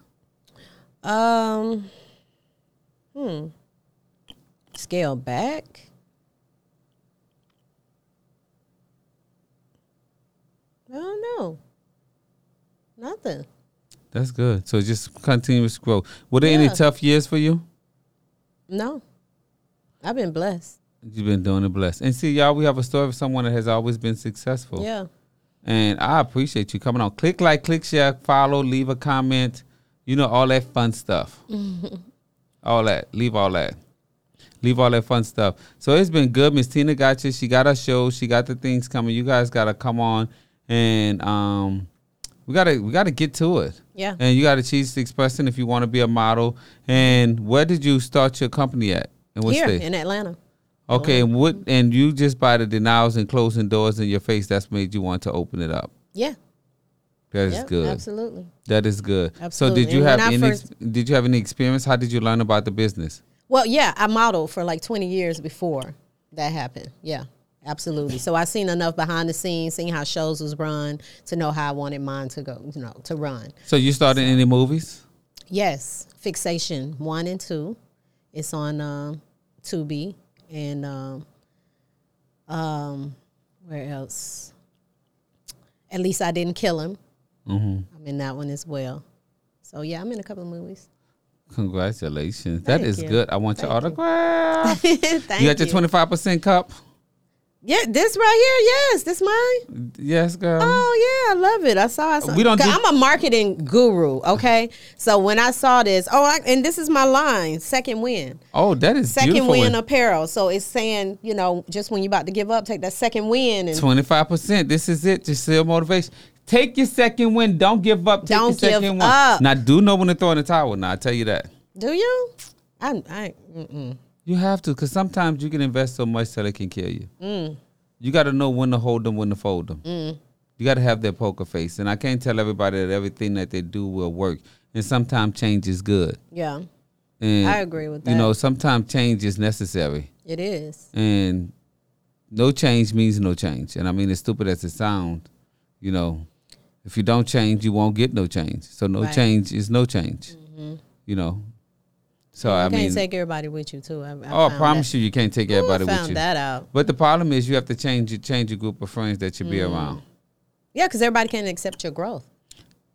Speaker 2: Um, hmm. Scale back. I don't know. Nothing.
Speaker 1: That's good. So just continuous growth. Were there any
Speaker 2: Yeah.
Speaker 1: tough years for you?
Speaker 2: No. I've been blessed.
Speaker 1: You've been doing it blessed. And see, y'all, we have a story of someone that has always been successful.
Speaker 2: Yeah.
Speaker 1: And I appreciate you coming on. Click like, click share, follow, leave a comment. You know, all that fun
Speaker 2: [LAUGHS]
Speaker 1: stuff. all that. Leave all that. Leave all that fun stuff. So it's been good. Miss Tina got you. She got her show. She got the things coming. You guys gotta come on and um we gotta we gotta get to it.
Speaker 2: Yeah.
Speaker 1: And you gotta cheese sticks person if you wanna be a model. And where did you start your company at? And what
Speaker 2: Here
Speaker 1: state?
Speaker 2: in Atlanta.
Speaker 1: Okay, and what and you just by the denials and closing doors in your face, that's made you want to open it up.
Speaker 2: Yeah.
Speaker 1: That is
Speaker 2: Yep,
Speaker 1: good.
Speaker 2: Absolutely.
Speaker 1: That is good. So
Speaker 2: Absolutely.
Speaker 1: did you
Speaker 2: And
Speaker 1: have
Speaker 2: when I
Speaker 1: any
Speaker 2: first-
Speaker 1: did you have any experience? How did you learn about the business?
Speaker 2: Well, yeah, I modeled for like 20 years before that happened. Yeah, absolutely. So I seen enough behind the scenes, seen how shows was run to know how I wanted mine to go, you know, to run.
Speaker 1: So you started in any movies?
Speaker 2: Yes, Fixation one and two. It's on um, Tubi and um, um, where else? At least I didn't kill him. Mm-hmm. I'm in that one as well. So yeah, I'm in a couple of movies. [LAUGHS]
Speaker 1: Congratulations.
Speaker 2: Thank
Speaker 1: that is
Speaker 2: you.
Speaker 1: good. I want your
Speaker 2: Thank you.
Speaker 1: autograph. you.
Speaker 2: [LAUGHS] Thank
Speaker 1: got your twenty five percent cup?
Speaker 2: Yeah, this right here. Yes, this mine.
Speaker 1: Yes, girl.
Speaker 2: Oh yeah, I love it. I saw. I saw
Speaker 1: Mm-hmm. We don't
Speaker 2: 'cause
Speaker 1: do-
Speaker 2: I'm a marketing guru. Okay, so when I saw this, oh, I, and this is my line: second win,
Speaker 1: oh, that is
Speaker 2: second
Speaker 1: beautiful.
Speaker 2: win apparel. So it's saying, you know, just when you're about to give up, take that second win and
Speaker 1: Twenty five percent. This is it. Just sell motivation. Take your second win. Don't give up. Take your
Speaker 2: Don't give
Speaker 1: second win.
Speaker 2: up.
Speaker 1: Now do know when to throw in the towel. Now I tell you that.
Speaker 2: do you? I, I mm-mm.
Speaker 1: You have to, because sometimes you can invest so much that it can kill you.
Speaker 2: Mm.
Speaker 1: You got to know when to hold them, when to fold them. You got to have that poker face. And I can't tell everybody that everything that they do will work. And sometimes change is good.
Speaker 2: yeah,
Speaker 1: And,
Speaker 2: I agree with
Speaker 1: You
Speaker 2: that.
Speaker 1: know, sometimes change is necessary.
Speaker 2: it is.
Speaker 1: And no change means no change. And I mean, as stupid as it sounds, you know, If you don't change, you won't get no change. So no
Speaker 2: Right. Mm-hmm.
Speaker 1: change is no change. You know. So I
Speaker 2: You can't
Speaker 1: mean,
Speaker 2: take everybody with you too. I, I
Speaker 1: oh, I promise you, you can't take everybody
Speaker 2: I
Speaker 1: with
Speaker 2: found
Speaker 1: you.
Speaker 2: that out.
Speaker 1: But the problem is, you have to change your change your group of friends that you be around.
Speaker 2: Yeah, because everybody can't accept your growth.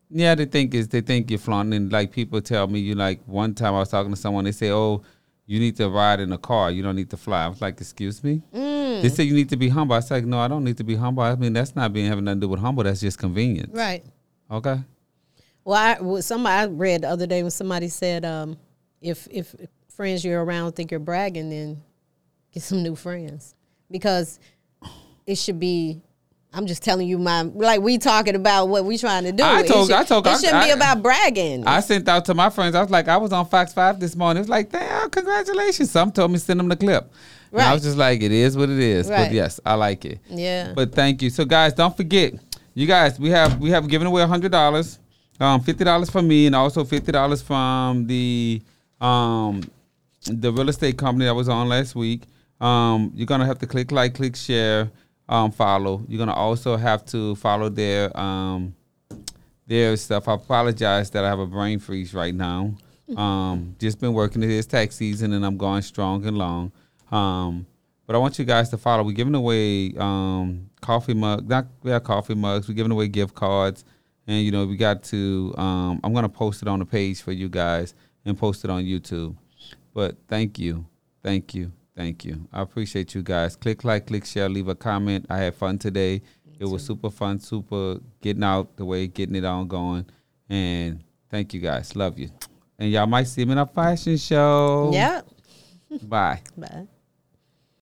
Speaker 1: Yeah, they think is they think you're flaunting. And like people tell me, you like one time I was talking to someone, they say, "Oh, you need to ride in a car. You don't need to fly." I was like, "Excuse me." They say you need to be humble. I was like, "No, I don't need to be humble. I mean, that's not being having nothing to do with humble. That's just convenient."
Speaker 2: Right.
Speaker 1: Okay.
Speaker 2: Well, I, well, somebody I read the other day when somebody said, um, if if friends you're around think you're bragging, then get some new friends because it should be. I'm just telling you my like we talking about what we trying to do.
Speaker 1: I told-
Speaker 2: it should,
Speaker 1: I told- I-
Speaker 2: it shouldn't be
Speaker 1: I-
Speaker 2: about bragging.
Speaker 1: I sent out to my friends. I was like, I was on Fox Five this morning. It was like, damn, congratulations. Some told me send them the clip. And I
Speaker 2: Right.
Speaker 1: was just like, it is what it is. But
Speaker 2: Right.
Speaker 1: yes, I like it.
Speaker 2: yeah.
Speaker 1: But thank you. So guys, don't forget, you guys, we have we have given away hundred dollars, um, fifty dollars from me, and also fifty dollars from the um the real estate company that was on last week. Um, you're gonna have to click like, click share, um, follow. You're gonna also have to follow their um their stuff. I apologize that I have a brain freeze right now. Um, just been working. It is tax season, and I'm going strong and long. Um, but I want you guys to follow. We're giving away um, coffee mug. Not we have coffee mugs. We're giving away gift cards, and you know we got to. Um, I'm gonna post it on the page for you guys and post it on YouTube. But thank you, thank you, thank you. I appreciate you guys. Click like, click share, leave a comment. I had fun today. It was super fun, super getting out the way, getting it on going. And thank you guys. Love you. And y'all might see me in a fashion show.
Speaker 2: yeah.
Speaker 1: Bye.
Speaker 2: But.